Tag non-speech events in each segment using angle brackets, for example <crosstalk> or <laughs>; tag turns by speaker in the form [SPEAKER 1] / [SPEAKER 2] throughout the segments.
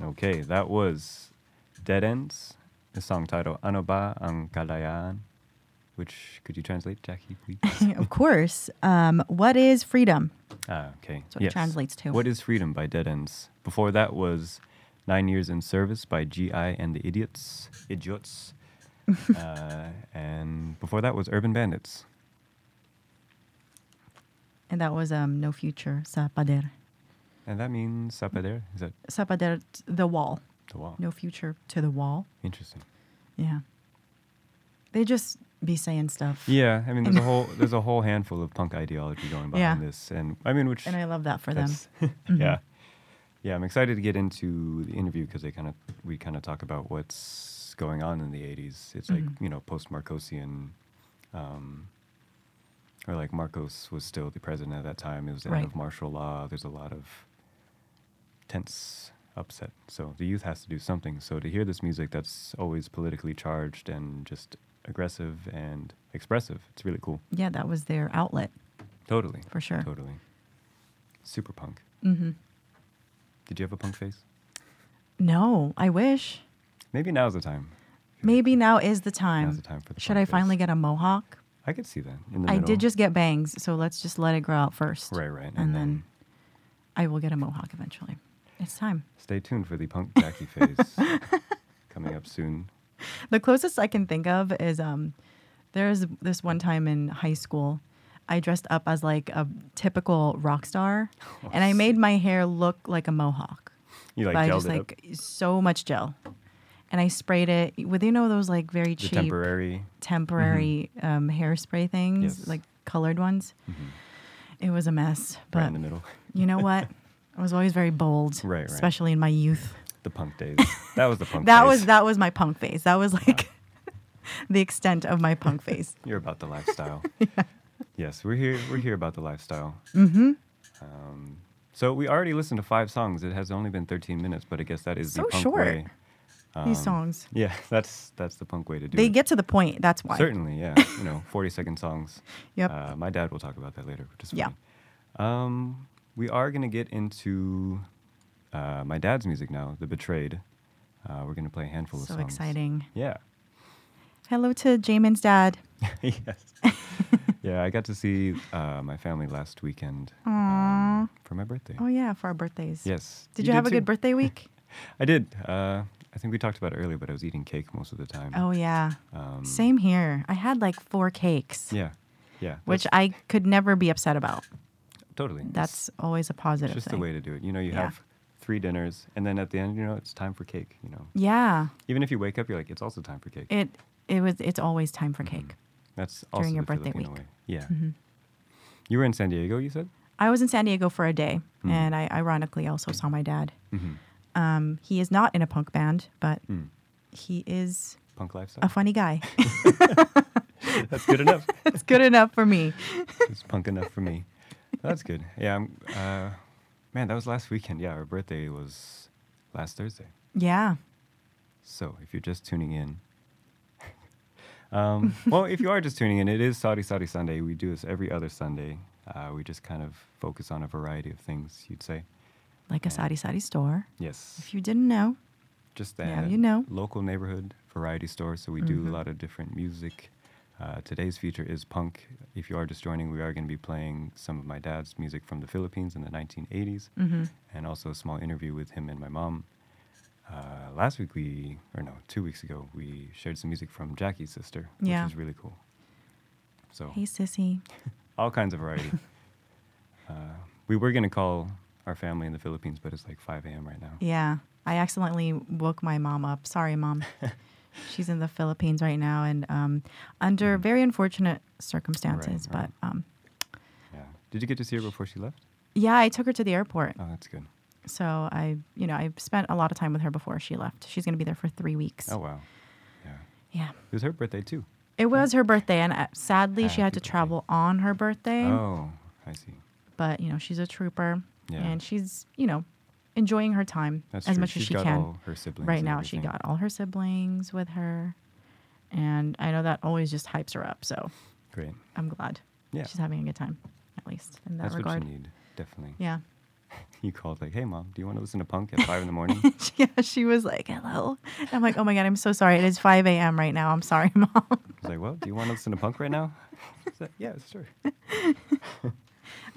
[SPEAKER 1] Okay, that was Dead Ends, the song title Anoba ang Kalayaan, which could you translate, Jackie,
[SPEAKER 2] <laughs>
[SPEAKER 1] please?
[SPEAKER 2] of course. Um, what is freedom?
[SPEAKER 1] ah, okay.
[SPEAKER 2] That's what it translates to.
[SPEAKER 1] What is Freedom by Dead Ends? Before that was Nine Years in Service by G.I. and the Idiots. Idiots.
[SPEAKER 2] <laughs>
[SPEAKER 1] uh, and before that was Urban Bandits.
[SPEAKER 2] And that was um, No Future, Sapader.
[SPEAKER 1] And that means Sapader. Is that
[SPEAKER 2] Sapader, t- the wall.
[SPEAKER 1] the wall?
[SPEAKER 2] No Future to the wall.
[SPEAKER 1] Interesting.
[SPEAKER 2] Yeah. They just be saying stuff.
[SPEAKER 1] Yeah, I mean,
[SPEAKER 2] <laughs>
[SPEAKER 1] there's a whole there's a whole handful of punk ideology going behind
[SPEAKER 2] Yeah.
[SPEAKER 1] this, and I mean, which
[SPEAKER 2] And I love that for them.
[SPEAKER 1] That's- <laughs>
[SPEAKER 2] Mm-hmm.
[SPEAKER 1] Yeah, yeah. I'm excited to get into the interview because they kind of we kind of talk about what's going on in the '80s. It's like
[SPEAKER 2] Mm-hmm.
[SPEAKER 1] you know post Marcosian, um, or like Marcos was still the president at that time. It was the
[SPEAKER 2] Right.
[SPEAKER 1] end of martial law. There's a lot of tense upset. So the youth has to do something. So to hear this music that's always politically charged and just aggressive and expressive, it's really cool.
[SPEAKER 2] Yeah, that was their outlet.
[SPEAKER 1] Totally.
[SPEAKER 2] For sure.
[SPEAKER 1] Totally. Super punk.
[SPEAKER 2] Mm-hmm.
[SPEAKER 1] Did you have a punk face?
[SPEAKER 2] No, I wish.
[SPEAKER 1] Maybe now's the time.
[SPEAKER 2] Maybe now is the time.
[SPEAKER 1] Now's the time for the
[SPEAKER 2] Should I
[SPEAKER 1] punk face.
[SPEAKER 2] finally get a mohawk?
[SPEAKER 1] I could see that. In the
[SPEAKER 2] I
[SPEAKER 1] middle.
[SPEAKER 2] did just get bangs, so let's just let it grow out first.
[SPEAKER 1] Right, right. And,
[SPEAKER 2] And,
[SPEAKER 1] then,
[SPEAKER 2] then I will get a mohawk eventually. It's time.
[SPEAKER 1] stay tuned for the punk Jackie phase
[SPEAKER 2] <laughs>
[SPEAKER 1] coming up soon.
[SPEAKER 2] The closest I can think of is um, there's this one time in high school, I dressed up as like a typical rock star, and I made my hair look like a mohawk
[SPEAKER 1] You Oh, like
[SPEAKER 2] by
[SPEAKER 1] gelled
[SPEAKER 2] just
[SPEAKER 1] it up.
[SPEAKER 2] like so much gel, and I sprayed it with you know those like very
[SPEAKER 1] The
[SPEAKER 2] cheap
[SPEAKER 1] temporary.
[SPEAKER 2] temporary um, hairspray things,
[SPEAKER 1] Yes.
[SPEAKER 2] like colored ones. It was a mess,
[SPEAKER 1] Mm-hmm.
[SPEAKER 2] but
[SPEAKER 1] Right in the middle. <laughs>
[SPEAKER 2] you know what? I was always very bold,
[SPEAKER 1] Right, right.
[SPEAKER 2] especially in my youth.
[SPEAKER 1] The punk days. That was the punk
[SPEAKER 2] <laughs>
[SPEAKER 1] Uh-huh.
[SPEAKER 2] That
[SPEAKER 1] phase.
[SPEAKER 2] was that was my punk phase. That was like <laughs> the extent of my punk phase.
[SPEAKER 1] You're about the lifestyle.
[SPEAKER 2] <laughs>
[SPEAKER 1] Yes, we're here. We're here about the lifestyle.
[SPEAKER 2] Mm-hmm.
[SPEAKER 1] Um, so we already listened to five songs. It has only been 13 minutes, but I guess that is
[SPEAKER 2] So
[SPEAKER 1] the punk
[SPEAKER 2] short.
[SPEAKER 1] way. Um,
[SPEAKER 2] These songs,
[SPEAKER 1] Yeah, <laughs> that's that's the punk way to do
[SPEAKER 2] they
[SPEAKER 1] it.
[SPEAKER 2] get to the point. That's why.
[SPEAKER 1] Certainly, yeah. you
[SPEAKER 2] <laughs>
[SPEAKER 1] know, 40 second songs.
[SPEAKER 2] Yep.
[SPEAKER 1] Uh, my dad will talk about that later, which is
[SPEAKER 2] Yeah.
[SPEAKER 1] funny. Um, we are going to get into uh, my dad's music now, The Betrayed. Uh, we're going to play a handful of
[SPEAKER 2] so
[SPEAKER 1] songs.
[SPEAKER 2] exciting.
[SPEAKER 1] Yeah.
[SPEAKER 2] Hello to Jamin's dad.
[SPEAKER 1] <laughs> yes. yeah, I got to see uh, my family last weekend um, for my birthday.
[SPEAKER 2] Oh yeah, for our birthdays.
[SPEAKER 1] Yes.
[SPEAKER 2] Did you, have a
[SPEAKER 1] too.
[SPEAKER 2] good birthday
[SPEAKER 1] <laughs>
[SPEAKER 2] week?
[SPEAKER 1] I did. Uh, I think we talked about it earlier, but I was eating cake most of the time.
[SPEAKER 2] oh yeah.
[SPEAKER 1] Um,
[SPEAKER 2] Same here. I had like four cakes,
[SPEAKER 1] Yeah. Yeah.
[SPEAKER 2] which
[SPEAKER 1] that's-
[SPEAKER 2] I could never be upset about.
[SPEAKER 1] totally. It's-
[SPEAKER 2] That's always a
[SPEAKER 1] it's
[SPEAKER 2] positive
[SPEAKER 1] just
[SPEAKER 2] thing.
[SPEAKER 1] the way to do it. You know, you
[SPEAKER 2] Yeah.
[SPEAKER 1] have three dinners, and then at the end, you know, it's time for cake. You know,
[SPEAKER 2] Yeah.
[SPEAKER 1] even if you wake up, you're like, it's also time for cake.
[SPEAKER 2] It it was it's always time for cake.
[SPEAKER 1] Mm-hmm. That's also
[SPEAKER 2] during your
[SPEAKER 1] the
[SPEAKER 2] birthday
[SPEAKER 1] Filipino
[SPEAKER 2] week. Mm-hmm.
[SPEAKER 1] way. Yeah. You were in San Diego, you said.
[SPEAKER 2] I was in San Diego for a day,
[SPEAKER 1] Mm.
[SPEAKER 2] and I ironically also saw my dad.
[SPEAKER 1] Mm-hmm.
[SPEAKER 2] Um, he is not in a punk band, but
[SPEAKER 1] Mm.
[SPEAKER 2] he is
[SPEAKER 1] Punk lifestyle.
[SPEAKER 2] a funny guy.
[SPEAKER 1] <laughs>
[SPEAKER 2] <laughs>
[SPEAKER 1] That's good enough.
[SPEAKER 2] That's good enough for me.
[SPEAKER 1] it's punk enough for me. That's good. Yeah. I'm, uh, man, that was last weekend. Yeah, our birthday was last Thursday.
[SPEAKER 2] Yeah.
[SPEAKER 1] So, if you're just tuning in, <laughs> um, well, if you are just tuning in, it is Saudi Saudi Sunday. We do this every other Sunday. Uh, we just kind of focus on a variety of things, you'd say.
[SPEAKER 2] Like a Saudi Saudi store.
[SPEAKER 1] Yes.
[SPEAKER 2] If you didn't know,
[SPEAKER 1] just the
[SPEAKER 2] now you know. Mm-hmm.
[SPEAKER 1] local neighborhood variety store. So, we do a lot of different music. Uh, today's feature is punk. If you are just joining, we are going to be playing some of my dad's music from the Philippines in the 1980s
[SPEAKER 2] Mhm.
[SPEAKER 1] and also a small interview with him and my mom. Uh, last week we, or no, two weeks ago, we shared some music from Jackie's sister,
[SPEAKER 2] Yeah.
[SPEAKER 1] which is really cool. So
[SPEAKER 2] hey, sissy.
[SPEAKER 1] all kinds of
[SPEAKER 2] <laughs>
[SPEAKER 1] variety. uh, we were gonna call our family in the Philippines, but it's like 5 a.m. right now.
[SPEAKER 2] Yeah. I accidentally woke my mom up. Sorry,
[SPEAKER 1] <laughs>
[SPEAKER 2] mom. She's in the Philippines right now and um, under very unfortunate circumstances.
[SPEAKER 1] Mm. right.
[SPEAKER 2] But um,
[SPEAKER 1] Yeah. Did you get to see her before she left?
[SPEAKER 2] yeah, I took her to the airport.
[SPEAKER 1] Oh, that's good.
[SPEAKER 2] So I, you know, I spent a lot of time with her before she left. She's going to be there for three weeks.
[SPEAKER 1] Oh wow. Yeah.
[SPEAKER 2] Yeah.
[SPEAKER 1] It was her birthday too.
[SPEAKER 2] It was her birthday, and uh, sadly, she
[SPEAKER 1] Happy
[SPEAKER 2] had to
[SPEAKER 1] birthday.
[SPEAKER 2] travel on her birthday.
[SPEAKER 1] Oh, I see.
[SPEAKER 2] But you know, she's a trooper,
[SPEAKER 1] Yeah.
[SPEAKER 2] and she's you know enjoying her time
[SPEAKER 1] That's
[SPEAKER 2] as
[SPEAKER 1] true.
[SPEAKER 2] much
[SPEAKER 1] She's
[SPEAKER 2] as she
[SPEAKER 1] got
[SPEAKER 2] can.
[SPEAKER 1] All her siblings.
[SPEAKER 2] Right
[SPEAKER 1] and
[SPEAKER 2] now, she
[SPEAKER 1] everything.
[SPEAKER 2] got all her siblings with her, and I know that always just hypes her up. So
[SPEAKER 1] Great.
[SPEAKER 2] I'm glad
[SPEAKER 1] Yeah.
[SPEAKER 2] she's having a good time, at least in that
[SPEAKER 1] That's
[SPEAKER 2] regard.
[SPEAKER 1] what you need, definitely.
[SPEAKER 2] Yeah, <laughs>
[SPEAKER 1] You called like, "Hey, mom, do you want to listen to punk at five in the morning?"
[SPEAKER 2] yeah, she was like, "Hello." And I'm like, "Oh my god, I'm so sorry. It is 5 a.m. right now. I'm sorry, <laughs> mom."
[SPEAKER 1] I was like, "Well, do you want to listen to punk right now?" She's like, "Yeah, sure."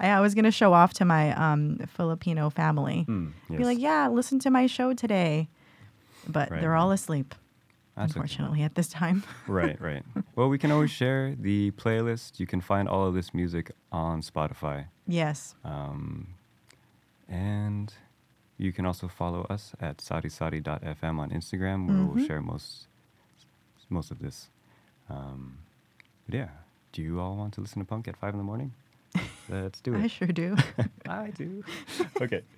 [SPEAKER 2] I, I was gonna show off to my um, Filipino family.
[SPEAKER 1] Mm,
[SPEAKER 2] Be like,
[SPEAKER 1] yes.
[SPEAKER 2] "Yeah, listen to my show today," but
[SPEAKER 1] Right,
[SPEAKER 2] they're all
[SPEAKER 1] right.
[SPEAKER 2] asleep,
[SPEAKER 1] That's okay.
[SPEAKER 2] unfortunately, at this time.
[SPEAKER 1] right, right. Well, we can always share the playlist. You can find all of this music on Spotify.
[SPEAKER 2] <laughs> yes.
[SPEAKER 1] Um, and you can also follow us at sadisadi.fm on Instagram, where we'll
[SPEAKER 2] Mhm.
[SPEAKER 1] share most most of this. Um, but yeah, do you all want to <laughs> listen to punk at five in the morning? Let's do <laughs>
[SPEAKER 2] I
[SPEAKER 1] it.
[SPEAKER 2] sure do.
[SPEAKER 1] I do. okay.